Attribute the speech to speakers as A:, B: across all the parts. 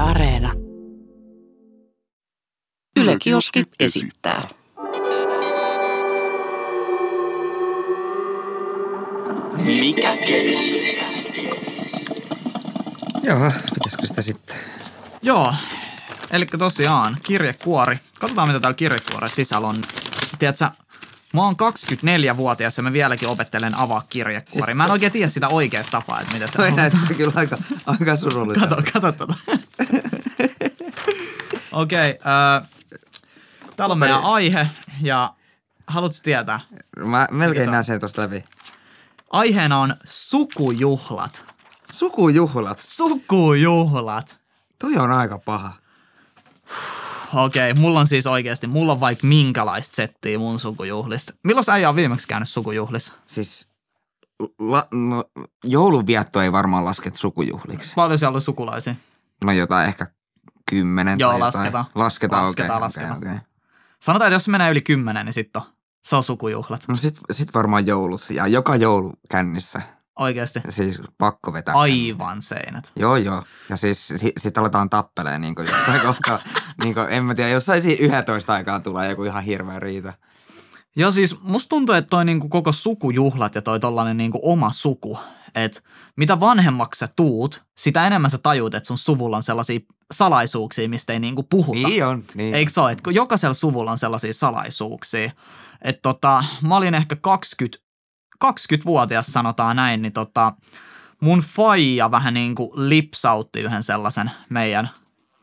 A: Areena. Yle Kioski esittää.
B: Mikä keissi?
C: Joo, pitäisikö sitä sitten?
B: Joo, eli tosiaan kirjekuori. Katsotaan mitä täällä kirjekuoren sisällä on. Tiedätkö, mä oon 24-vuotias ja mä vieläkin opettelen avaa kirjekuori. Mä en oikein tiedä sitä oikea tapaa, että mitä se
C: Siis Toi
B: on.
C: näyttää kyllä aika, aika surulliselta.
B: Kato, kato tota. Okei, okay, täällä on meidän aihe ja haluatko tietää?
C: Mä melkein
B: Mitä?
C: näen sen tosta läpi.
B: Aiheena on sukujuhlat.
C: Sukujuhlat.
B: Sukujuhlat.
C: Toi on aika paha.
B: Okei, mulla on siis oikeasti, mulla on vaikka minkälaista settiä mun sukujuhlista. Milloin sä äijä on viimeksi käynyt sukujuhlissa?
C: Siis la, no, joulunvietto ei varmaan lasket sukujuhliksi.
B: Paljon siellä oli sukulaisia?
C: No jotain ehkä kymmenen
B: Joo,
C: tai
B: lasketaan.
C: jotain. Lasketaan. okei,
B: Lasketaan,
C: okei,
B: lasketaan.
C: okei.
B: Sanotaan, että jos menee yli kymmenen, niin sitten on. Se on sukujuhlat.
C: No sit, sit varmaan joulut. Ja joka joulu kännissä.
B: Oikeasti.
C: Siis pakko vetää.
B: Aivan seinät.
C: Joo, joo. Ja siis si- sit aletaan tappeleen niin kuin jossain kohtaa. niin kuin, en mä tiedä, jossain siinä 11 aikaan tulee joku ihan hirveä riita.
B: Joo, siis musta tuntuu, että toi niinku koko sukujuhlat ja toi tollanen niinku oma suku, että mitä vanhemmaksi sä tuut, sitä enemmän sä tajuut, että sun suvulla on sellaisia salaisuuksia, mistä ei niinku puhuta.
C: Niin on. Niin.
B: Eikö se ole? Että kun jokaisella suvulla on sellaisia salaisuuksia. Että tota, mä olin ehkä 20, 20-vuotias sanotaan näin, niin tota, mun faija vähän niin kuin lipsautti yhden sellaisen meidän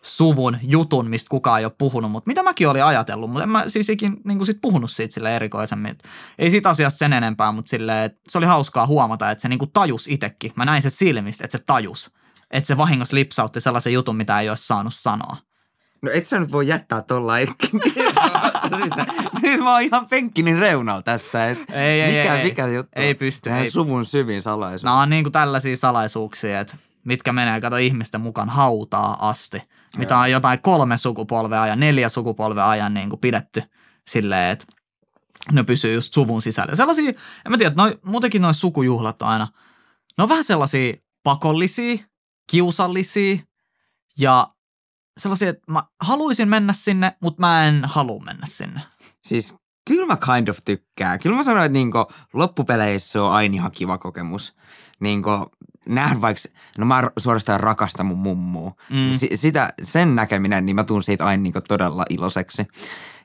B: suvun jutun, mistä kukaan ei ole puhunut, mutta mitä mäkin olin ajatellut, mutta en mä siis ikin niin kuin sit puhunut siitä sille erikoisemmin. Et Ei siitä asiasta sen enempää, mutta sille, et se oli hauskaa huomata, että se niin kuin tajus itekin. Mä näin se silmistä, että se tajus, että se vahingossa lipsautti sellaisen jutun, mitä ei olisi saanut sanoa.
C: No et sä nyt voi jättää tolla etkin. Nyt mä oon ihan penkkinin reunalla tässä. Et
B: Ei, ei,
C: mikä,
B: ei, ei.
C: mikä juttu?
B: Ei pysty,
C: Tähän
B: ei.
C: suvun syvin salaisuus.
B: Nämä on niin kuin tällaisia salaisuuksia, että mitkä menee, kato ihmisten mukaan hautaa asti. Mitä on jotain kolme sukupolvea ja neljä sukupolvea ajan niin kuin pidetty silleen, että ne pysyy just suvun sisällä. Sellaisia, en mä tiedä, noi, muutenkin noin sukujuhlat on aina, ne on vähän sellaisia pakollisia, kiusallisia ja sellaisia, että mä haluaisin mennä sinne, mutta mä en halua mennä sinne.
C: Siis kyllä mä kind of tykkään. Kyllä mä sanoin, että niinku, loppupeleissä se on aina ihan kiva kokemus. Niinku, nähdä vaikka, no mä r- suorastaan rakastan mun mummua.
B: Mm.
C: Mm. S- sitä, sen näkeminen, niin mä tuun siitä aina niinku todella iloiseksi.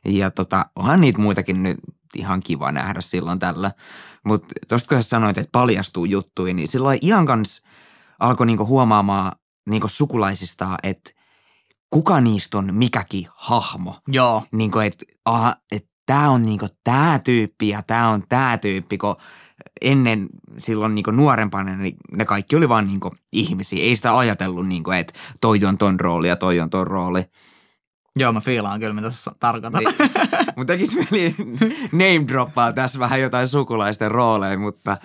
C: Ja tota, onhan niitä muitakin nyt ihan kiva nähdä silloin tällä. Mutta tosta kun sä sanoit, että paljastuu juttuja, niin silloin ihan kans alkoi niinku huomaamaan niinku sukulaisista, että kuka niistä on mikäkin hahmo
B: Joo,
C: niin kuin, että aha, et tämä on niin kuin tämä tyyppi ja tämä on tämä tyyppi, kun ennen silloin niin kuin nuorempana niin ne kaikki oli vaan niin kuin ihmisiä. Ei sitä ajatellut, niin kuin, että toi on ton rooli ja toi on ton rooli.
B: joo mä fiilaan kyllä mitä sä tarkoitat.
C: Niin. Mun tekisi mieli name droppaa tässä vähän jotain sukulaisten rooleja, mutta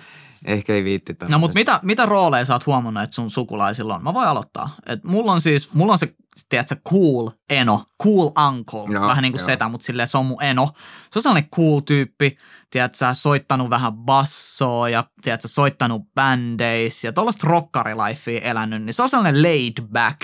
C: ehkä ei viitti
B: No mutta mitä, mitä rooleja sä oot huomannut, että sun sukulaisilla on? Mä voin aloittaa. Et mulla on siis, mulla on se, tiedätkö, cool eno, cool uncle,
C: Joo,
B: vähän niin kuin
C: joo.
B: setä, mutta silleen se on mun eno. Se on sellainen cool tyyppi, tiedätkö, soittanut vähän bassoa ja tiedätkö, soittanut bändeis ja tollaista rockarilifea elänyt, niin se on sellainen laid back.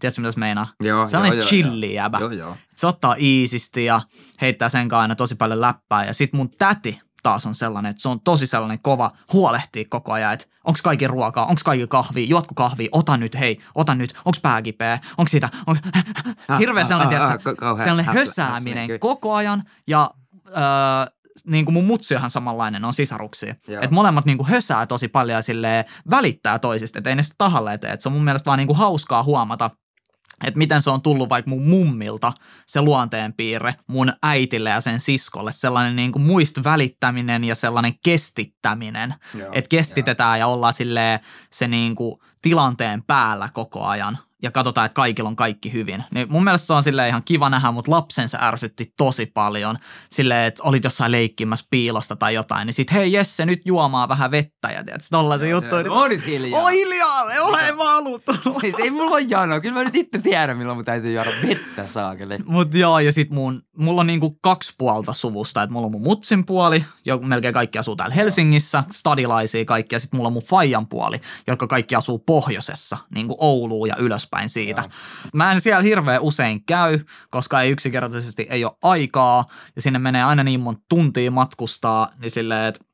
B: Tiedätkö, mitä se meinaa?
C: Joo,
B: sellainen
C: Ah, joo, joo,
B: chilli jäbä.
C: Joo, joo.
B: Se ottaa iisisti ja heittää sen kanssa aina tosi paljon läppää. Ja sit mun täti taas on sellainen, että se on tosi sellainen kova huolehtii koko ajan, että onks kaikki ruokaa, onks kaikki kahvia, juotko kahvia, ota nyt, hei, ota nyt, onks pää kipeä, onks sitä, onks... hirveä
C: ah,
B: sellainen,
C: ah,
B: tiedätkö,
C: ah, ka- kauhea
B: sellainen
C: häplä-
B: hösääminen
C: hässäkkä.
B: koko ajan ja öö, niin kuin mun mutsihan samanlainen on sisaruksia.
C: Joo.
B: Että molemmat niin kuin hösää tosi paljon ja silleen välittää toisista, että ei ne sitä tahalle tee. Et se on mun mielestä vaan niin kuin hauskaa huomata, että miten se on tullut vaikka mun mummilta se luonteenpiirre mun äitille ja sen siskolle. Sellainen niin kuin muist välittäminen ja sellainen kestittäminen.
C: Joo,
B: Että kestitetään ja ollaan silleen se niin kuin tilanteen päällä koko ajan ja katsotaan, että kaikilla on kaikki hyvin. Niin mun mielestä se on sille ihan kiva nähdä, mutta lapsensa ärsytti tosi paljon. Silleen, että olit jossain leikkimässä piilosta tai jotain, niin sit hei Jesse, nyt juomaa vähän vettä ja tiedät, tollaisia juttuja.
C: On nyt hiljaa.
B: Oi "Oh, hiljaa, ei ole, en mä halua tulla.
C: Siis ei mulla ole janoa. Kyllä mä nyt itse tiedän, milloin mun täytyy juoda vettä saakeli.
B: Mut joo, ja sit mun mulla on niinku kaksi puolta suvusta, että mulla on mun mutsin puoli, jo melkein kaikki asuu täällä Helsingissä, stadilaisia kaikki, ja sitten mulla on mun faijan puoli, jotka kaikki asuu pohjoisessa, niinku Ouluun ja ylöspäin siitä. Mä en siellä hirveän usein käy, koska ei yksinkertaisesti ei ole aikaa, ja sinne menee aina niin monta tuntia matkustaa, niin silleen, että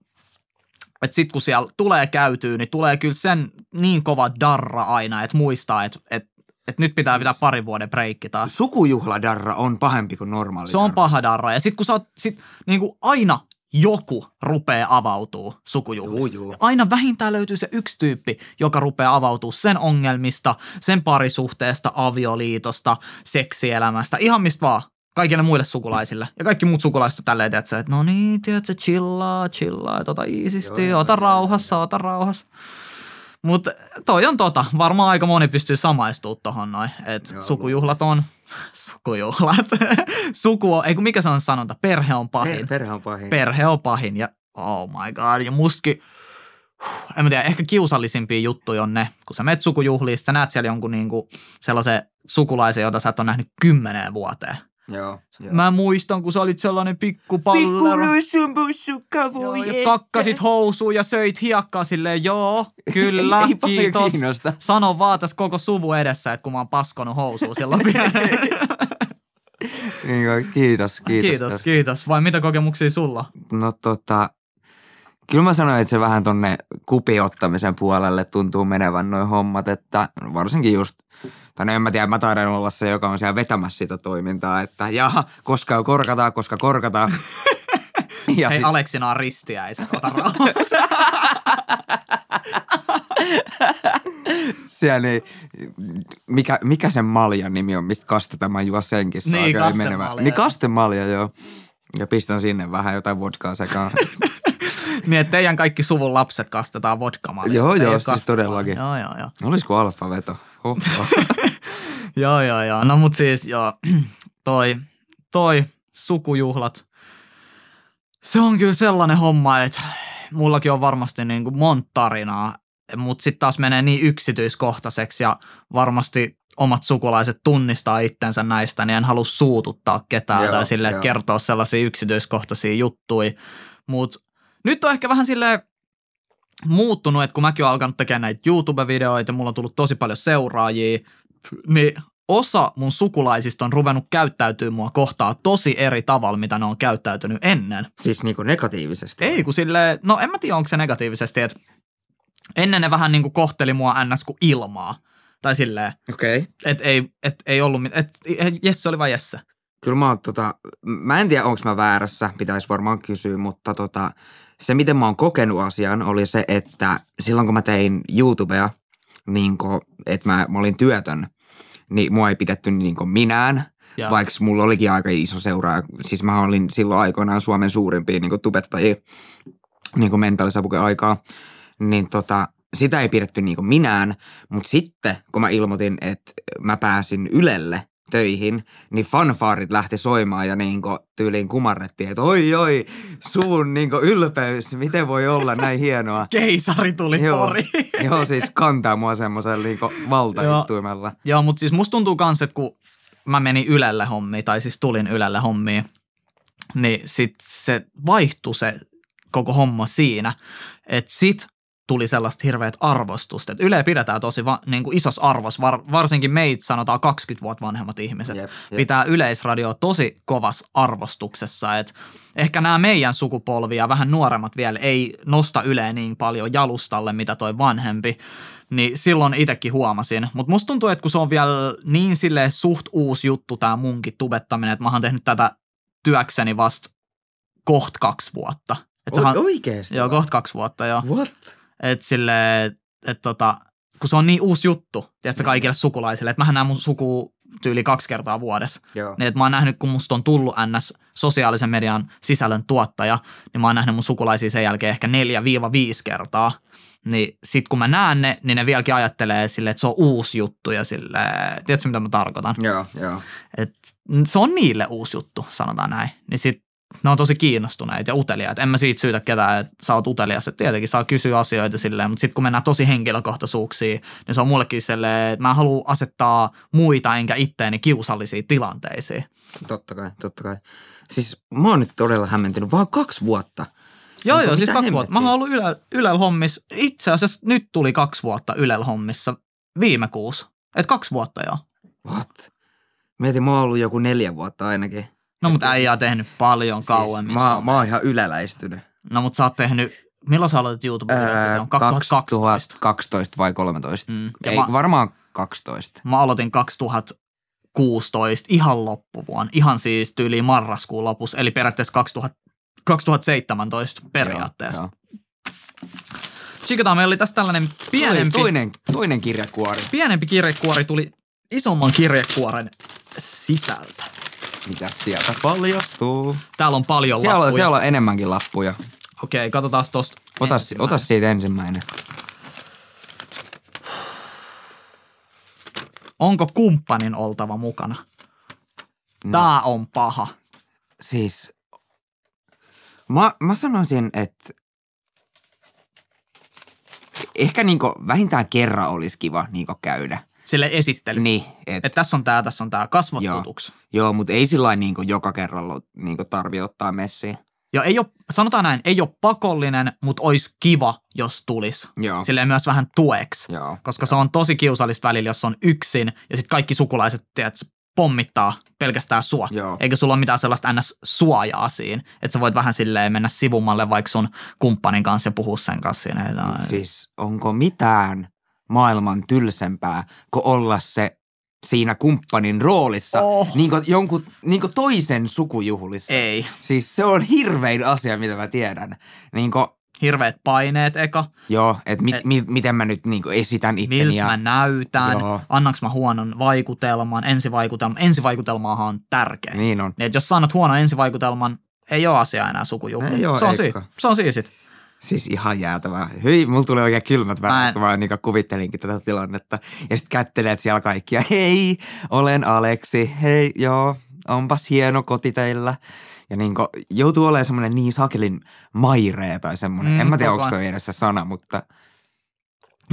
B: että sit kun siellä tulee käytyy, niin tulee kyllä sen niin kova darra aina, että muistaa, että, että, että nyt pitää pitää parin vuoden breikki taas.
C: Sukujuhladarra on pahempi kuin normaali.
B: Se on
C: darra.
B: paha darra. Ja sit kun sä oot, sit niinku aina joku rupeaa avautuu sukujuhlissa.
C: Juu, juu.
B: Aina vähintään löytyy se yksi tyyppi, joka rupeaa avautuu sen ongelmista, sen parisuhteesta, avioliitosta, seksielämästä, ihan mistä vaan. Kaikille muille sukulaisille. Ja kaikki muut sukulaiset on tälleen, tiedätkö, että no niin, tiedätkö, chillaa, chillaa, tota iisisti,
C: Joo,
B: ota
C: joo, joo,
B: rauhassa, ota rauhassa. Mutta toi on tota, varmaan aika moni pystyy samaistuu tohon noin, että
C: Joo,
B: sukujuhlat on sukujuhlat. Suku on, ei kun mikä se on sanonta, perhe on pahin.
C: Per, perhe on pahin.
B: Perhe on pahin ja oh my god. Ja mustakin, huh, en mä tiedä, ehkä kiusallisimpia juttuja on ne, kun sä menet sukujuhliin, sä näet siellä jonkun niinku sellaisen sukulaisen, jota sä et ole nähnyt kymmeneen vuoteen.
C: Joo. joo.
B: Mä muistan, kun sä olit sellainen pikkupallero.
C: löysyn pussukka
B: Joo, ja kakkasit housuun ja söit hiekkaa silleen, joo, kyllä,
C: Ei paljon
B: kiitos.
C: kiinnosta.
B: Sano vaan tässä koko suvu edessä, että kun mä oon paskonut housuun silloin pienen.
C: Niin kuin, kiitos, kiitos.
B: kiitos,
C: tästä.
B: kiitos. Vai mitä kokemuksia sulla?
C: No tota, kyllä mä sanoin, että se vähän tonne kupiottamisen puolelle tuntuu menevän noin hommat, että varsinkin just, tai no en mä tiedä, mä taidan olla se, joka on siellä vetämässä sitä toimintaa, että jaha, koska korkataan, koska korkataan. ja
B: Hei,
C: sit,
B: Aleksina on ristiäiset, ota rauhassa.
C: siellä niin, mikä, mikä sen maljan nimi on, mistä kastetaan, mä juon senkin. saa
B: Niin,
C: kyllä
B: kastemalja,
C: menemään.
B: joo.
C: Niin kastemalja, joo. Ja pistän sinne vähän jotain vodkaa sekaan.
B: niin, että teidän kaikki suvun lapset kastetaan vodkamalja.
C: Joo,
B: Sitä ei
C: joo,
B: ole
C: siis
B: kastemalja.
C: todellakin.
B: Joo, joo, joo.
C: Olisiko alfaveto? Hoho.
B: Joo, joo, joo. No mut siis, joo, toi, toi sukujuhlat, se on kyllä sellainen homma, että mullakin on varmasti niin kuin monta tarinaa, mutta sitten taas menee niin yksityiskohtaiseksi ja varmasti omat sukulaiset tunnistaa itsensä näistä, niin en halua suututtaa ketään
C: Joo,
B: tai silleen, että
C: joo.
B: kertoa sellaisia yksityiskohtaisia juttuja. Mutta nyt on ehkä vähän silleen muuttunut, että kun mäkin olen alkanut tekemään näitä YouTube-videoita, mulla on tullut tosi paljon seuraajia, niin osa mun sukulaisista on ruvennut käyttäytyy mua kohtaa tosi eri tavalla, mitä ne on käyttäytynyt ennen.
C: siis niinku negatiivisesti.
B: Ei kun silleen, no en mä tiedä onko se negatiivisesti, että ennen ne vähän niinku kohteli mua ns. kuin ilmaa. Tai silleen,
C: Okei. Okay.
B: että ei, et, ei ollut, mit- et, et Jesse oli vaan Jesse.
C: Kyllä mä oon tota, mä en tiedä onko mä väärässä, pitäisi varmaan kysyä, mutta tota, se miten mä oon kokenut asian oli se, että silloin kun mä tein YouTubea, niin että mä, mä, olin työtön, niin mua ei pidetty niin minään,
B: Ja,
C: vaikka mulla olikin aika iso seuraaja. Siis mä olin silloin aikoinaan Suomen suurimpia niin tubettajia niin mentaalisavuken aikaa. Niin tota, sitä ei pidetty niin minään, mutta sitten kun mä ilmoitin, että mä pääsin Ylelle töihin, niin fanfaarit lähti soimaan ja niin tyyliin kumarrettiin, että oi oi, suvun niin ylpeys, miten voi olla näin hienoa.
B: keisari tuli
C: Joo.
B: poriin.
C: Joo, siis kantaa mua semmoisella niin valtaistuimella.
B: Joo, mutta siis musta tuntuu kans, että kun mä menin Ylelle hommiin, tai siis tulin Ylelle hommiin, niin sit se vaihtui se koko homma siinä, että sit tuli sellaista hirveät arvostusta. Et Yle pidetään tosi va, niin kuin isos arvos, var, varsinkin meitä sanotaan 20 vuotta vanhemmat ihmiset
C: Jep, jep.
B: pitää yleisradio tosi kovassa arvostuksessa. Et ehkä nämä meidän sukupolvi ja vähän nuoremmat vielä ei nosta Yleä niin paljon jalustalle, mitä toi vanhempi. Niin silloin itsekin huomasin. Mutta musta tuntuu, että kun se on vielä niin silleen suht uusi juttu tämä munkin tubettaminen, että mä oon tehnyt tätä työkseni vasta koht kaksi vuotta. Et
C: O-
B: sehän,
C: oikeesti?
B: joo, koht kaksi vuotta, joo.
C: What?
B: Että silleen, että tota, kun se on niin uusi juttu, tiedätkö, kaikille sukulaisille. Että mähän näen mun suku tyyli kaksi kertaa vuodessa.
C: Joo.
B: Niin, että mä oon nähnyt, kun musta on tullut ns. sosiaalisen median sisällön tuottaja, niin mä oon nähnyt mun sukulaisia sen jälkeen ehkä 4-5 kertaa. Niin sit kun mä näen ne, niin ne vieläkin ajattelee silleen, että se on uusi juttu ja silleen, tiedätkö mitä mä tarkoitan?
C: Joo, joo.
B: Et se on niille uusi juttu, sanotaan näin. Niin sit ne on tosi kiinnostuneita ja uteliaita. En mä siitä syytä ketään, että sä oot utelias. Et tietenkin saa kysyä asioita silleen, mutta sitten kun mennään tosi henkilökohtaisuuksiin, niin se on mullekin silleen, että mä haluan asettaa muita enkä itteeni kiusallisiin tilanteisiin.
C: Totta kai, totta kai. Siis mä oon nyt todella hämmentynyt. Vaan kaksi vuotta.
B: Joo,
C: Onko
B: joo, siis
C: mitään
B: kaksi vuotta. Mä oon
C: hemmettiä?
B: ollut Yle, Ylel hommissa. Itse asiassa nyt tuli kaksi vuotta Ylel hommissa viime kuussa. Et kaksi vuotta joo.
C: What? Mietin, mä oon ollut joku neljä vuotta ainakin.
B: No mutta äijä on tehnyt paljon kauemmin.
C: Siis, mä, mä oon ihan yläläistynyt.
B: No mutta sä oot tehnyt, milloin sä aloitit YouTube-videoita? 2012.
C: 2012 vai 13.
B: Mm. Ja
C: Ei,
B: mä-
C: mä... varmaan 12.
B: Mä aloitin 2016 ihan loppuvuonna, ihan siis tyyliin marraskuun lopussa, eli periaatteessa 2000, 2017 periaatteessa.
C: Joo,
B: Chikataan, meillä oli tässä tällainen
C: joo. Toinen,
B: pienempi,
C: toinen, toinen kirjakuori.
B: pienempi kirjekuori tuli isomman kirjekuoren sisältä.
C: Mitä sieltä paljastuu?
B: Täällä on paljon
C: Siellä on,
B: lappuja.
C: siellä on enemmänkin lappuja.
B: Okei, katsotaan tosta.
C: Ota,
B: ensimmäinen.
C: ota siitä ensimmäinen.
B: Onko kumppanin oltava mukana?
C: No.
B: Tää on paha.
C: Siis mä, mä sanoisin, että ehkä niinku vähintään kerran olisi kiva niinku käydä.
B: Sille esittely.
C: Niin, et,
B: Et tässä on tää, tässä on tää kasvot tutuksi.
C: joo, mutta ei sillä lailla niinku joka kerralla niinku tarvi ottaa messiä.
B: Ja ei ole, sanotaan näin, ei ole pakollinen, mutta olisi kiva, jos tulisi.
C: Joo,
B: Silleen myös vähän tueksi,
C: joo.
B: koska se on tosi kiusallista välillä, jos on yksin ja sitten kaikki sukulaiset, tiedät, pommittaa pelkästään sua.
C: Joo.
B: Eikä sulla ole mitään sellaista NS-suojaa siinä, että sä voit vähän silleen mennä sivumalle vaikka sun kumppanin kanssa ja puhua sen kanssa siinä. että,
C: Mut Siis onko mitään maailman tylsempää kuin olla se siinä kumppanin roolissa,
B: Oh.
C: niin kuin jonkun niin kuin toisen sukujuhlissa.
B: Ei.
C: Siis se on hirvein asia, mitä mä tiedän. Niin kuin,
B: Hirveät paineet eka.
C: joo, että mit,
B: Et-
C: mi, miten mä nyt niin kuin esitän itteni.
B: miltä mä
C: Ja,
B: näytän,
C: Joo.
B: annaks mä huonon vaikutelman, ensivaikutelman. Ensivaikutelmahan on tärkeä. Niin.
C: niin on.
B: Et jos sä annat huonon ensivaikutelman, ei ole asia enää sukujuhla.
C: Ei oo,
B: se, on
C: Eikka.
B: siinä. se on siinä sit.
C: Siis ihan jäätävää. Hyi, mulla tulee oikein kylmät väärät,
B: Mä en-
C: kun mä niin kuvittelinkin tätä tilannetta. Ja sitten kättelet siellä kaikkia. Hei, olen Aleksi. Hei, joo, onpas hieno koti teillä. Ja niin kuin, joutuu olemaan semmoinen niin sakelin mairee tai semmoinen.
B: Mm,
C: Mm, en mä tiedä,
B: koko
C: onko toi edessä sana, mutta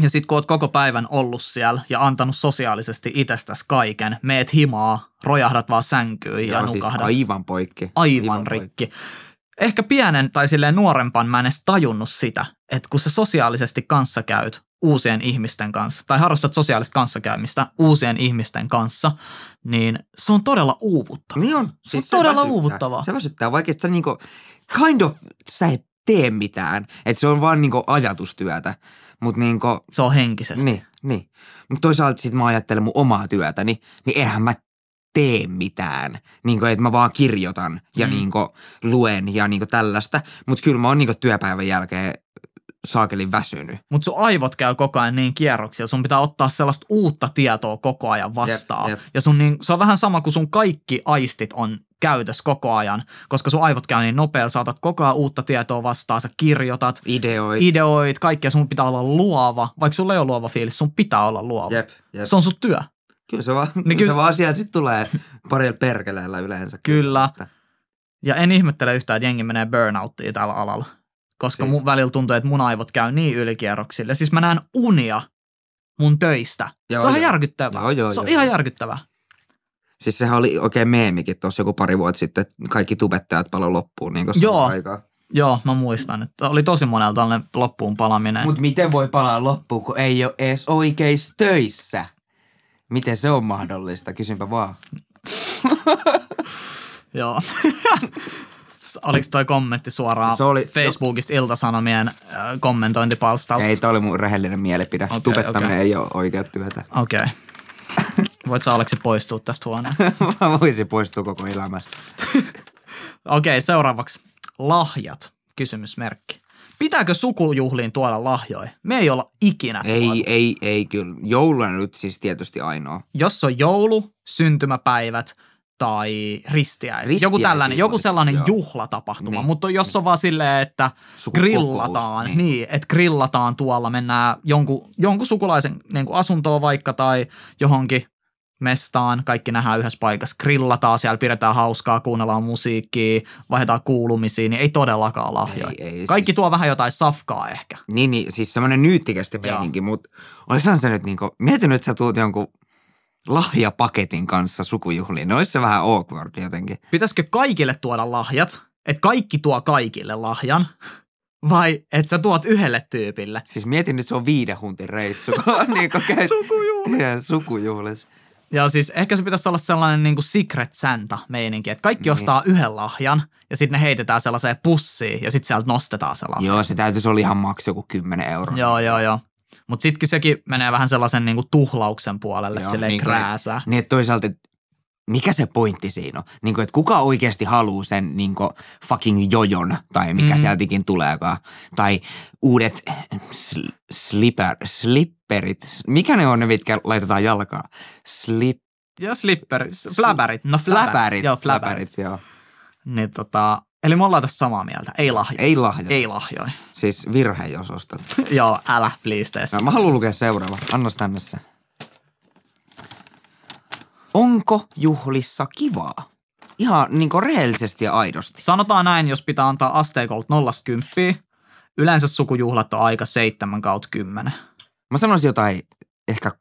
B: Ja sit kun oot koko päivän ollut siellä ja antanut sosiaalisesti itsestäs kaiken, meet himaa, rojahdat vaan sänkyyn ja
C: joo, siis
B: nukahdat.
C: aivan poikki.
B: aivan rikki. Ehkä pienen tai silleen nuorempan mä en edes tajunnut sitä, että kun sä sosiaalisesti kanssakäyt uusien ihmisten kanssa, tai harrastat sosiaalista kanssakäymistä uusien ihmisten kanssa, niin se on todella uuvuttavaa.
C: Niin on.
B: on todella
C: väsyttää.
B: uuvuttavaa.
C: Se väsyttää, vaikka sä niinku, kind of, sä et tee mitään. Että se on vaan niinku ajatustyötä. Mutta niinku,
B: Se on henkisesti. Niin.
C: Niin, niin. Mutta toisaalta sitten mä ajattelen mun omaa työtäni, niin eihän mä tee mitään. Niin kuin, että mä vaan kirjoitan ja
B: Mm.
C: mm. niin kuin, luen ja niin kuin, tällaista. Mutta kyllä mä oon niin kuin, työpäivän jälkeen saakelin väsynyt.
B: Mutta sun aivot käy koko ajan niin kierroksia, sun pitää ottaa sellaista uutta tietoa koko ajan vastaan.
C: jep.
B: Ja sun niin, se on vähän sama kuin sun kaikki aistit on käytös koko ajan, koska sun aivot käy niin nopealla, saatat koko ajan uutta tietoa vastaan, sä kirjoitat,
C: Ideoit.
B: ideoit, kaikkea, sun pitää olla luova. Vaikka sulla ei ole luova fiilis, sun pitää olla luova.
C: jep, jep.
B: Se on sun työ.
C: Kyllä se vaan, niin
B: Niin kyllä-
C: kyllä... Se vaan sieltä sitten tulee parilla perkeleellä yleensä.
B: Kyllä.
C: Että-
B: Ja en ihmettele yhtään, että jengi menee burnouttiin tällä alalla. Koska
C: Siis-
B: mun välillä tuntuu, että mun aivot käy niin ylikierroksille. Siis mä näen unia mun töistä.
C: Joo,
B: se on ihan
C: joo.
B: järkyttävää.
C: Joo, joo,
B: se on
C: joo,
B: ihan
C: joo.
B: järkyttävää.
C: Siis sehän oli oikein meemikin tuossa joku pari vuotta sitten, että kaikki tubettajat palo loppuun niin kuin
B: Joo.
C: aikaa.
B: Joo, mä muistan, että oli tosi monella tällainen loppuun palaminen.
C: Mutta miten voi palaa loppuun, kun ei ole edes oikeissa töissä? Miten se on mahdollista? Kysynpä vaan.
B: Joo. Oliko toi kommentti suoraan
C: Se oli-
B: Facebookista iltasanomien äh, kommentointipalstalta?
C: Ei, toi oli mun rehellinen mielipide.
B: Okei,
C: Okay, Tupettaminen
B: okei.
C: okay. ei ole oikea työtä.
B: Okei. Okay. Voit sä Aleksi poistua tästä huoneesta?
C: Mä voisin poistua koko elämästä.
B: Okei, seuraavaksi. Lahjat, kysymysmerkki. Pitääkö sukujuhliin tuoda lahjoja? Me ei olla ikinä
C: Ei,
B: tuotu.
C: ei, ei kyllä. Jouluna nyt siis tietysti ainoa.
B: Jos on joulu, syntymäpäivät tai ristiäiset. Joku
C: Ristiäisiin
B: tällainen, joku
C: voisi,
B: sellainen
C: joo.
B: juhlatapahtuma.
C: Niin.
B: Mutta jos on vaan silleen, että
C: Sukukokous,
B: grillataan, niin,
C: niin.
B: niin että grillataan tuolla, mennään jonkun, jonkun sukulaisen niin kuin asuntoon vaikka tai johonkin mestaan, kaikki nähdään yhdessä paikassa, grillataan siellä, pidetään hauskaa, kuunnellaan musiikkia, vaihdetaan kuulumisia, niin ei todellakaan lahjoja.
C: Ei, ei,
B: Kaikki
C: siis-
B: tuo vähän jotain safkaa ehkä.
C: Niin, niin siis semmoinen nyyttikästi
B: Joo.
C: meininki, mutta olisihan se nyt niinku, mietin nyt sä tuut jonkun lahjapaketin kanssa sukujuhliin, no olisi se vähän awkward jotenkin.
B: Pitäisikö kaikille tuoda lahjat? Että kaikki tuo kaikille lahjan? Vai että sä tuot yhdelle tyypille?
C: Siis mietin nyt se on viiden huntin reissu, kun on niinku käy
B: Sukujuhli.
C: Niin, sukujuhlis.
B: Ja siis ehkä se pitäisi olla sellainen niin kuin secret santa meininki, että kaikki
C: Niin.
B: ostaa yhden lahjan ja sitten ne heitetään sellaiseen pussiin ja sitten sieltä nostetaan se lahja.
C: Ah. Joo, se täytyisi olla ihan maks joku 10 euroa.
B: Joo, joo, joo. Mutta sittenkin sekin menee vähän sellaisen niinku tuhlauksen puolelle,
C: Joo,
B: silleen
C: niin
B: niin
C: kai.
B: krääsää.
C: Niin, että toisaalta, et mikä se pointti siinä on? Niin kuin, että kuka oikeasti haluaa sen niin kuin fucking jojon tai mikä
B: Mm.
C: mm. sieltäkin tuleekaan. Tai uudet sl- slipper, slipperit. S- Mikä ne on ne, mitkä laitetaan jalkaa? Slip,
B: Ja slipperit, fläbärit. No fläbärit.
C: fläpärit.
B: Joo, fläbärit.
C: joo.
B: Niin, tota, eli me ollaan tässä samaa mieltä. Ei lahjoja.
C: Ei lahja.
B: Ei lahjoja.
C: Siis virhe, jos ostat.
B: joo, älä, please tee sitä.
C: No, mä haluan lukea seuraava. Annas tänne se. Onko juhlissa kivaa? Ihan niin kuin rehellisesti ja aidosti.
B: Sanotaan näin, jos pitää antaa asteikolta nollasta kymppiä, yleensä sukujuhlat on aika 7 kautta 10.
C: Mä sanoisin jotain ehkä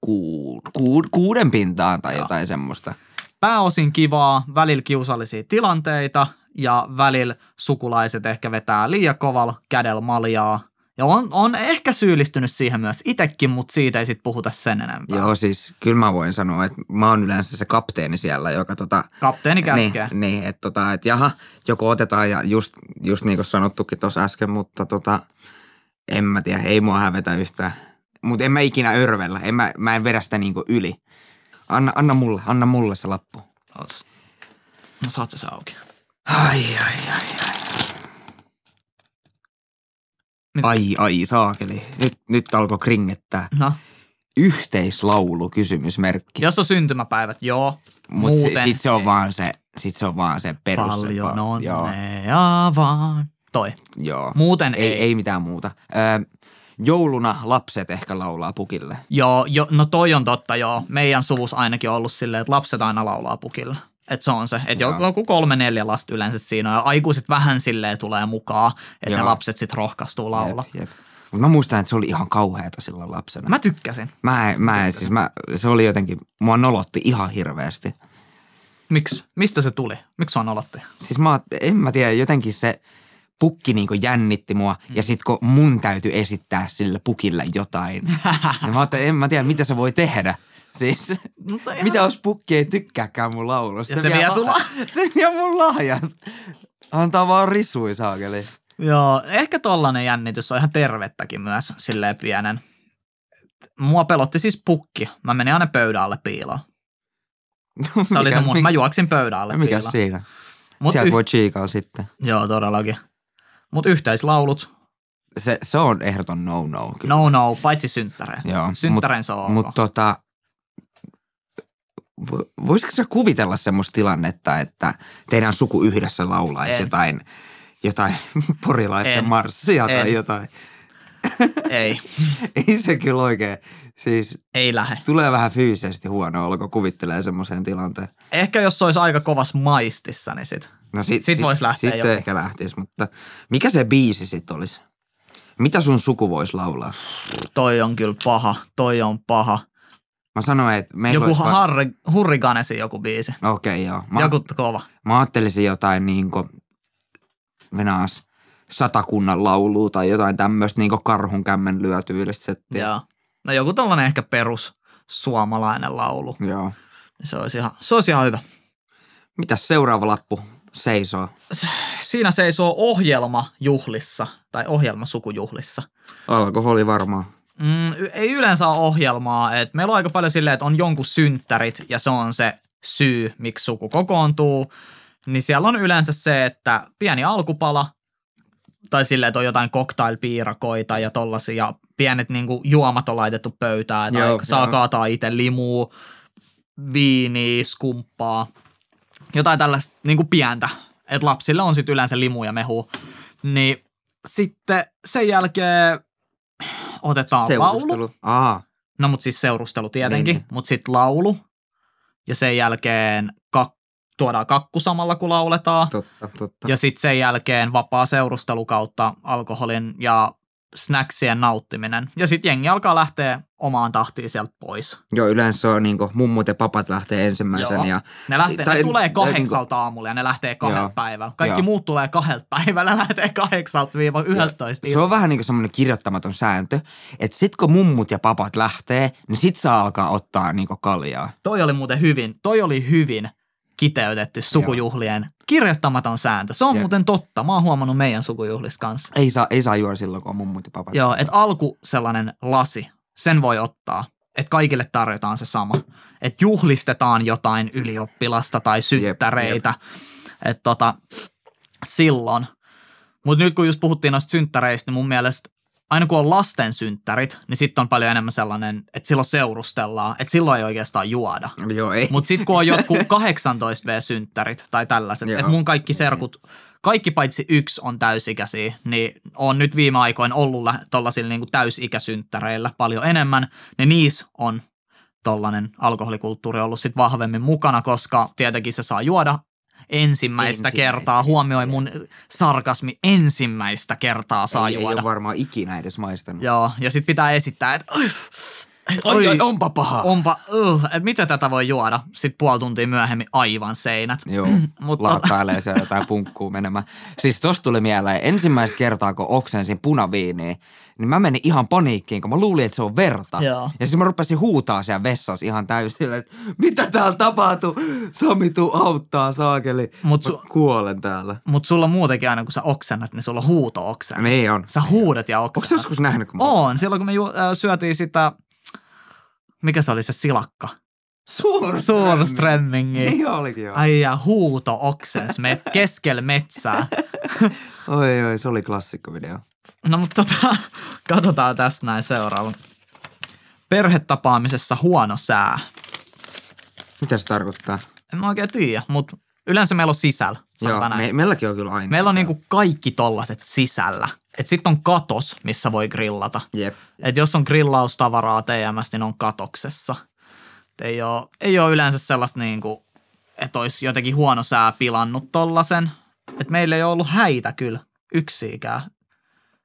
C: ku, ku, kuuden pintaan tai
B: Joo.
C: jotain semmoista.
B: Pääosin kivaa, välillä kiusallisia tilanteita ja välillä sukulaiset ehkä vetää liian kovalla kädellä maljaa. Ja on, on ehkä syyllistynyt siihen myös itekin, mutta siitä ei sit puhuta sen enempää.
C: Joo, siis kyllä mä voin sanoa, että mä oon yleensä se kapteeni siellä, joka tota...
B: Kapteeni
C: Niin,
B: käskee. Niin.
C: niin että tota, et jaha, joko otetaan ja just, just niin kuin sanottukin tuossa äsken, mutta tota, en mä tiedä, ei mua hävetä yhtään. Mutta en mä ikinä örvellä, en mä, mä en vedä sitä niinku yli. Anna, anna mulle, anna mulle se lappu.
B: No saat sä se auki.
C: Ai, ai, ai, ai.
B: Mitä?
C: Ai, ai, saakeli. Nyt, nyt alkoi kringettää.
B: No.
C: Yhteislaulu, kysymysmerkki.
B: Jos on syntymäpäivät, joo.
C: Mutta se,
B: Muuten
C: sit se on
B: ei.
C: vaan se, sit se on vaan se perus.
B: Paljon
C: vaan- Joo,
B: onnea vaan. Toi.
C: joo.
B: Muuten ei.
C: Ei, ei mitään muuta. Ö, jouluna lapset ehkä laulaa pukille.
B: Joo, jo, no toi on totta joo. Meidän suvus ainakin on ollut silleen, että lapset aina laulaa pukilla. Et se on se, että
C: Joo.
B: joku kolme neljä lasta yleensä siinä on. Ja aikuiset vähän silleen tulee mukaan, että ne
C: Joo.
B: lapset sitten rohkaistuu laulaa.
C: Jep, jep. Mut mä muistan, että se oli ihan kauheata silloin lapsena. Mä,
B: Mä tykkäsin.
C: mä, en- mä, en- siis mä, se oli jotenkin, mua nolotti ihan hirveästi.
B: Miksi? Mistä se tuli? Miksi sua nolotti?
C: Siis mä, oot- en mä tiedä, jotenkin se pukki niinku jännitti mua ja sit kun mun täytyy esittää sillä pukilla jotain, niin mä ajattelin, en mä tiedä, mitä se voi tehdä. Siis,
B: Mutta ihan-
C: mitä jos pukki ei tykkääkään mun laulusta?
B: Ja se vie sun
C: lahjat. Se vie mun lahjat. Antaa vaan risui saakeli.
B: Joo, ehkä tollanen jännitys on ihan tervettäkin myös silleen pienen. Mua pelotti siis pukki. Mä menin aina pöydän alle piiloon. Se oli se mun. Mä juoksin pöydän alle
C: Mikä
B: piiloon.
C: siinä?
B: Mut
C: Sieltä
B: yh-
C: voi chiikailla sitten.
B: Joo, todellakin. Mutta yhteislaulut,
C: Se, se on ehdoton no-no kyllä.
B: No no, paitsi synttäreen.
C: Joo,
B: Synttäreen se on ok.
C: Mutta tota, vo- voisitko sä kuvitella semmoista tilannetta, että teidän suku yhdessä laulaisi
B: En.
C: jotain, jotain porilaisten
B: En.
C: marssia
B: En.
C: tai jotain?
B: Ei,
C: Ei se kyllä oikein. Siis
B: ei lähe.
C: tulee vähän fyysisesti huono olo, kun kuvittelee semmoisen tilanteen.
B: Ehkä jos se olisi aika kovas maistissa, niin sit.
C: No
B: Sit vois lähteä
C: Sit
B: joku.
C: se ehkä lähtisi, mutta mikä se biisi sitten olisi? Mitä sun suku voisi laulaa?
B: Toi on kyllä paha, toi on paha.
C: Mä sanoin, että meillä
B: joku
C: olisi... va-
B: har, hurriganesin joku biisi.
C: Okei, okay, joo. Mä,
B: Joku kova.
C: mä ajattelisin jotain niinku, venaas, satakunnan laulua tai jotain tämmöistä niinku karhun kämmen lyötyylistä.
B: Joo. No joku tollanen ehkä perus suomalainen laulu.
C: Joo.
B: Se olisi ihan, se olisi ihan hyvä.
C: Mitäs seuraava lappu seisoo?
B: Siinä seisoo ohjelma juhlissa tai ohjelma sukujuhlissa.
C: Alkoholi varmaan.
B: Mm, y- ei yleensä ole ohjelmaa. Et meillä on aika paljon silleen, että on jonkun synttärit ja se on se syy, miksi suku kokoontuu. Niin siellä on yleensä se, että pieni alkupala tai silleen, että on jotain cocktailpiirakoita ja tollasia. Pienet niin kuin, juomat on laitettu pöytään, että
C: Joo,
B: aika- saa
C: joo.
B: kaataa itse limuu, viiniä, skumppaa. Jotain tällaista niin kuin pientä. Että lapsille on sitten yleensä limu ja mehu. Niin sitten sen jälkeen otetaan laulu.
C: Aa,
B: No mut siis seurustelu tietenkin,
C: Niin.
B: mut sit laulu ja sen jälkeen kak- tuodaan kakku samalla kun lauletaan.
C: Totta, totta.
B: Ja sitten sen jälkeen vapaa seurustelu kautta alkoholin ja snacksien nauttiminen. Ja sitten jengi alkaa lähteä omaan tahtiin sieltä pois.
C: Joo, yleensä se on niin kuin, mummut ja papat lähtee ensimmäisen
B: Joo.
C: ja
B: Ne, lähtee,
C: Tai-
B: ne tulee
C: tai
B: kahdeksalta aamulla ja ne lähtee
C: Joo.
B: kahdelta päivällä. Kaikki
C: Joo.
B: muut tulee kahdelta päivällä, ne lähtee kahdeksalta viiva yhdeltäistä.
C: se on vähän niin kuin semmoinen kirjoittamaton sääntö, että sit kun mummut ja papat lähtee, niin sit saa alkaa ottaa niin kuin kaljaa.
B: Toi oli muuten hyvin, toi oli hyvin kiteytetty sukujuhlien kirjoittamaton sääntö. Se on
C: Jep.
B: muuten totta. Mä oon huomannut meidän sukujuhlissa kanssa.
C: Ei saa, ei saa juoda silloin, kun on mummut ja papat.
B: Joo, että alku sellainen lasi, sen voi ottaa. Että kaikille tarjotaan se sama. Että juhlistetaan jotain ylioppilasta tai synttäreitä. Että tota, silloin. Mutta nyt kun just puhuttiin noista synttäreistä, niin mun mielestä aina kun on lasten synttärit, niin sitten on paljon enemmän sellainen, että silloin seurustellaan. Että silloin ei oikeastaan juoda.
C: Joo, ei.
B: Mutta sitten kun on jotkut 18V-synttärit tai tällaiset,
C: Joo. Mm.
B: että mun kaikki serkut, kaikki paitsi yksi on täysikäisiä, niin on nyt viime aikoina ollut lä- tollasilla niinku täysikäsynttäreillä paljon enemmän, niin niissä on tollainen alkoholikulttuuri ollut sit vahvemmin mukana, koska tietenkin se saa juoda ensimmäistä
C: Ensimmäistä
B: kertaa, huomioi mun sarkasmi, ensimmäistä kertaa saa
C: ei, Ei
B: juoda.
C: ole varmaan ikinä edes maistanut.
B: Joo, ja sitten pitää esittää, että
C: Oi, oi, onpa paha.
B: Onpa, uh, että mitä tätä voi juoda? Sitten puoli tuntia myöhemmin aivan seinät.
C: Joo,
B: Mutta
C: laattailee siellä jotain punkkuu menemään. Siis tosta tuli mieleen, ensimmäistä kertaa kun oksensin punaviiniä, niin mä menin ihan paniikkiin, kun mä luulin, että se on verta.
B: Joo.
C: Ja siis mä rupesin huutaa siellä vessassa ihan täysillä, että mitä täällä tapahtuu? Sami tuu auttaa saakeli.
B: Mut
C: Mut mä
B: su-
C: kuolen täällä.
B: mut sulla muutenkin aina, kun sä oksennat, niin sulla on huuto-oksennat.
C: Niin on.
B: Sä huudat ja
C: Onko sä
B: oksennat.
C: joskus nähnyt, kun mä
B: On, silloin kun me ju- äh, syötiin sitä, mikä se oli se silakka?
C: Suur-
B: Suurströmmingi.
C: Niin olikin joo.
B: Ai ja huuto oksens me keskellä metsää.
C: Oi, oi, se oli klassikkovideo.
B: No mutta tota, katsotaan tästä näin seuraavan. Perhetapaamisessa huono sää.
C: Mitä se tarkoittaa?
B: En mä oikein tiedä, mutta yleensä meillä on sisällä.
C: Joo,
B: sanotaan näin.
C: me, meilläkin on kyllä aina.
B: Meillä on niinku kaikki tollaset sisällä. Et sit on katos, missä voi grillata.
C: Jep.
B: Et jos on grillaustavaraa TMS, niin on katoksessa. Et Ei oo, ei oo yleensä sellaista niinku, että olisi jotenkin huono sää pilannut tollasen. Et meillä ei oo ollut häitä kyllä yksiikään.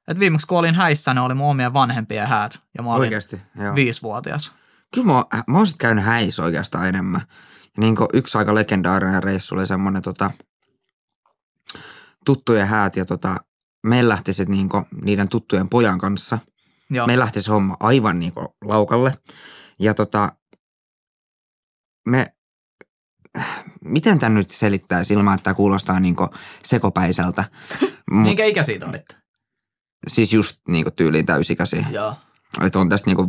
B: Et viimeksi kun olin häissä, ne oli mun omien vanhempien häät. Ja mä olin
C: Oikeasti, joo.
B: viisivuotias.
C: Kyllä mä, oon- äh, mä oon sit käynyt häissä oikeastaan enemmän. Ja niin kuin yksi aika legendaarinen reissu oli semmonen tota, tuttujen häät ja tota, me lähti sit niin niiden tuttujen pojan kanssa.
B: Joo.
C: Me lähti se homma aivan niin laukalle. Ja tota, me, äh, miten tämän nyt selittää ilman, että tää kuulostaa niin sekopäiseltä. Mut,
B: Minkä ikä siitä olitte?
C: siis just niin tyyliin täysikäisiä
B: Joo.
C: niinku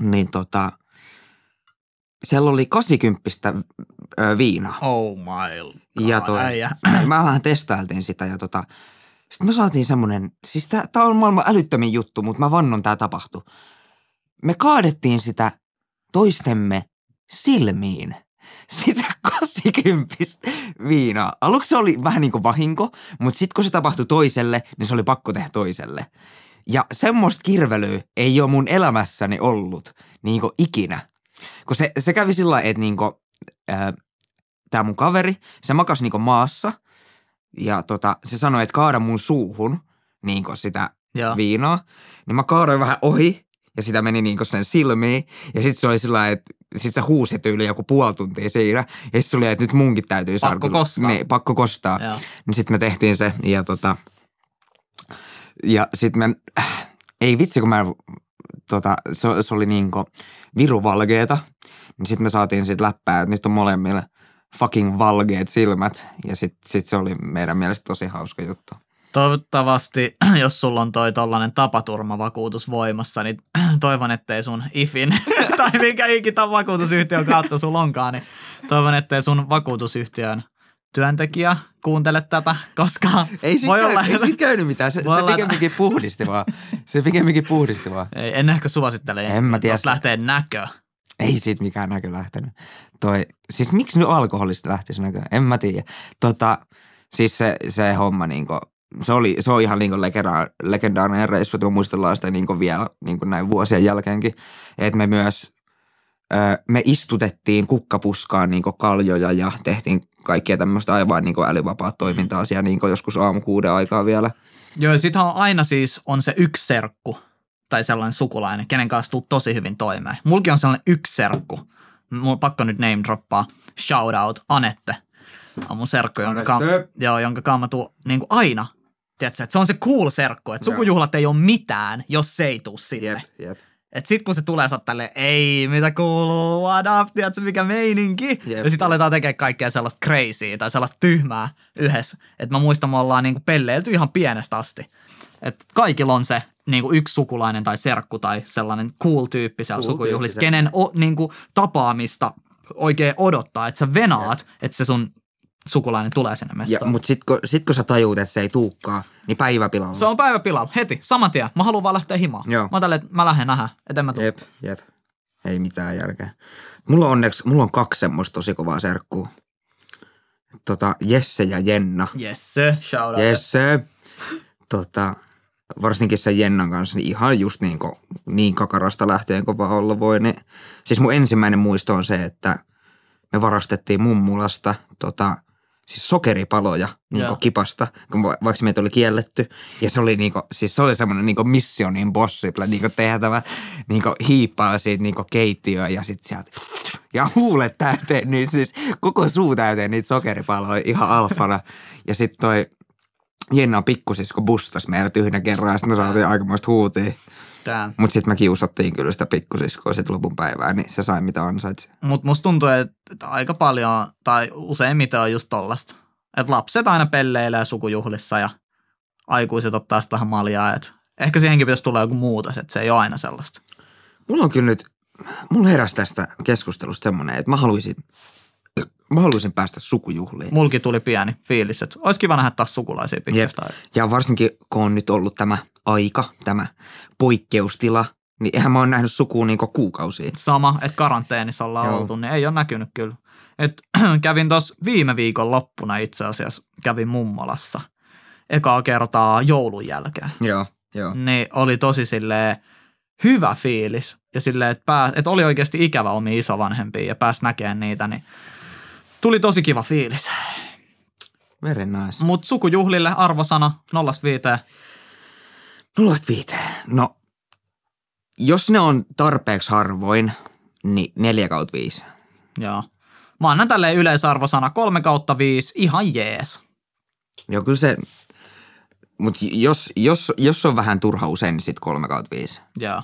C: Niin tota,
B: Oh my
C: Ja toi-
B: Äijä.
C: Niin Mä vähän testailtiin sitä ja tota, sitten me saatiin semmonen, siis tää, tää on maailman älyttömin juttu, mutta mä vannon tää tapahtui. Me kaadettiin sitä toistemme silmiin. Sitä 80 viinaa. Aluksi se oli vähän niin kuin vahinko, mutta sitten kun se tapahtui toiselle, niin se oli pakko tehdä toiselle. Ja semmoista kirvelyä ei ole mun elämässäni ollut niin kuin ikinä. Kun se, se kävi sillä lailla, että niin kuin, ää, tää mun kaveri, se makasi niin kuin maassa ja tota, se sanoi, että kaada mun suuhun niin kuin sitä
B: Joo.
C: viinaa. Niin mä kaadoin vähän ohi ja sitä meni niin kuin sen silmiin. Ja sitten se oli sillä lailla, että sit sä huusit yli joku puoli tuntia siinä. Ja sit se oli, että nyt munkin täytyy saada.
B: Pakko
C: kyllä-
B: kostaa.
C: Niin, pakko kostaa.
B: Joo.
C: Niin sitten me tehtiin se ja tota, ja sitten me, äh, ei vitsi kun mä, tota, se, se oli niinku viruvalgeeta, niin sitten me saatiin sit läppää, että nyt on molemmilla fucking valgeet silmät ja sitten sit se oli meidän mielestä tosi hauska juttu.
B: Toivottavasti, jos sulla on toi tollanen tapaturmavakuutus voimassa, niin toivon, ettei sun IFin tai minkä ikinä vakuutusyhtiön kautta sulla onkaan, niin toivon, ettei sun vakuutusyhtiön työntekijä kuuntele tätä, koska
C: Ei sit,
B: voi
C: käy,
B: olla...
C: ei sit käynyt mitään, se, se
B: Voi olla, että-
C: pikemminkin puhdisti vaan. Se pikemminkin puhdisti vaan.
B: Ei, en ehkä suosittele,
C: En mä tiedä.
B: jos lähtee näkö.
C: Ei siitä mikään näkö lähtenyt. Toi, siis miksi nyt alkoholista lähtisi näkö? En mä tiedä. Tota, siis se, se homma niinku, se, oli, se on ihan niinku legenda- legendaarinen reissu, että me muistellaan sitä niinku vielä niinku näin vuosien jälkeenkin. Että me myös öö, me istutettiin kukkapuskaan niin kaljoja ja tehtiin kaikkea tämmöistä aivan niin älyvapaa toimintaa siellä niin joskus aamu kuuden aikaa vielä.
B: Joo, ja sitähän on aina siis on se yksi serkku tai sellainen sukulainen, kenen kanssa tuut tosi hyvin toimeen. Mulki on sellainen yksi serkku. Mulla on pakko nyt name droppaa. Shout out Anette. On mun serkku, jonka, ka-
C: Anette.
B: joo, jonka kanssa mä tuun niin aina. Tiedätkö, että se on se cool serkku, että
C: Joo.
B: sukujuhlat ei ole mitään, jos se ei tuu sinne.
C: Jep, jep.
B: Et sit kun se tulee, sä oot tälleen, ei, mitä kuuluu, what up, tiedätkö mikä meininki?
C: Jep.
B: Ja sit aletaan tekemään kaikkea sellaista crazyä tai sellaista tyhmää yhdessä. Et mä muistan, me ollaan niinku pelleilty ihan pienestä asti. Et kaikilla on se niinku yksi sukulainen tai serkku tai sellainen cool tyyppi siellä
C: Cool
B: sukujuhlissa,
C: tyyppi, se-
B: kenen o, niinku, tapaamista oikein odottaa, että sä venaat, että se sun sukulainen tulee sinne
C: Ja,
B: mestoon.
C: mutta sit, kun- sit kun sä tajuut, että se ei tuukkaa, niin päiväpilalla.
B: Se on päivä pilalla, heti, saman tien. Mä haluan vaan lähteä himaan.
C: Joo.
B: Mä oon tälleen, että mä lähden nähdä, että en mä tuu.
C: Jep, jep. Ei mitään järkeä. Mulla on onneksi, mulla on kaksi semmoista tosi kovaa serkkuu. Tota, Jesse ja Jenna.
B: Yes, sir. shout out.
C: Jesse. Tota, varsinkin sen Jennan kanssa, niin ihan just niin, ko, niin kakarasta lähtien kuin vaan olla voi. Niin, siis mun ensimmäinen muisto on se, että me varastettiin mummulasta tota, siis sokeripaloja niin
B: Joo.
C: kipasta, kun va- vaikka meitä oli kielletty. Ja se oli, niin kuin, siis se oli semmoinen niin mission impossible niin tehtävä niin hiippaa siitä niin keittiöä ja sitten sieltä ja huulet täyteen, niin siis koko suu täyteen niitä sokeripaloja ihan alfana. Ja sitten toi Jenna pikkusisko bustas meidät yhden kerran ja sitten me saatiin aikamoista huutia.
B: Damn.
C: Mutta sitten me kiusattiin kyllä sitä pikkusiskoa sitten lopun päivää, niin se sai mitä ansaitsi.
B: Mutta musta tuntuu, että aika paljon tai useimmiten on just tollasta. Että lapset aina pelleilee sukujuhlissa ja aikuiset ottaa sitten vähän maljaa. Et ehkä siihenkin pitäisi tulla joku muutos, että se ei ole aina sellaista.
C: Mulla on kyllä nyt, mulla heräsi tästä keskustelusta semmoinen, että mä haluaisin, mä haluaisin päästä sukujuhliin.
B: Mulki tuli pieni fiilis, että olisi kiva nähdä taas sukulaisia pitkästä aikaa.
C: Ja varsinkin kun on nyt ollut tämä aika, tämä poikkeustila, niin eihän mä oon nähnyt sukua niinku kuukausiin.
B: Sama, että karanteenissa ollaan
C: Joo.
B: oltu, niin ei ole näkynyt kyllä. Et, kävin tuossa viime viikon loppuna itse asiassa, kävin mummolassa. Ekaa kertaa joulun jälkeen.
C: Joo, joo.
B: niin oli tosi silleen hyvä fiilis. Ja silleen, että, pää, että oli oikeasti ikävä omi isovanhempia ja pääsi näkemään niitä, niin tuli tosi kiva fiilis.
C: Very nice.
B: Mutta sukujuhlille arvosana 0-5.
C: Nollasta viiteen. No, jos ne on tarpeeksi harvoin, niin neljä kautta viisi.
B: Joo. Mä annan tälleen yleisarvosana 3 kautta 5. Ihan jees.
C: Joo, kyllä se, mutta jos, jos, jos on vähän turha usein, niin sit kolme kautta viisi.
B: Joo.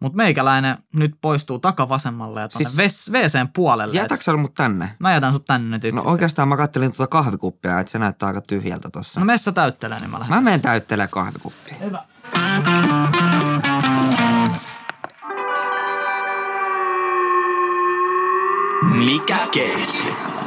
B: Mutta meikäläinen nyt poistuu takavasemmalle ja tuonne siis... WCn puolelle.
C: Jätätkö sä mut tänne?
B: Mä jätän sut tänne nyt
C: No
B: yksin.
C: oikeastaan mä kattelin tuota kahvikuppia, että se näyttää aika tyhjältä tossa.
B: no messä täyttelee, niin mä lähden.
C: Mä menen täyttelemään kahvikuppia.
B: Hyvä.
A: Mikä keissi?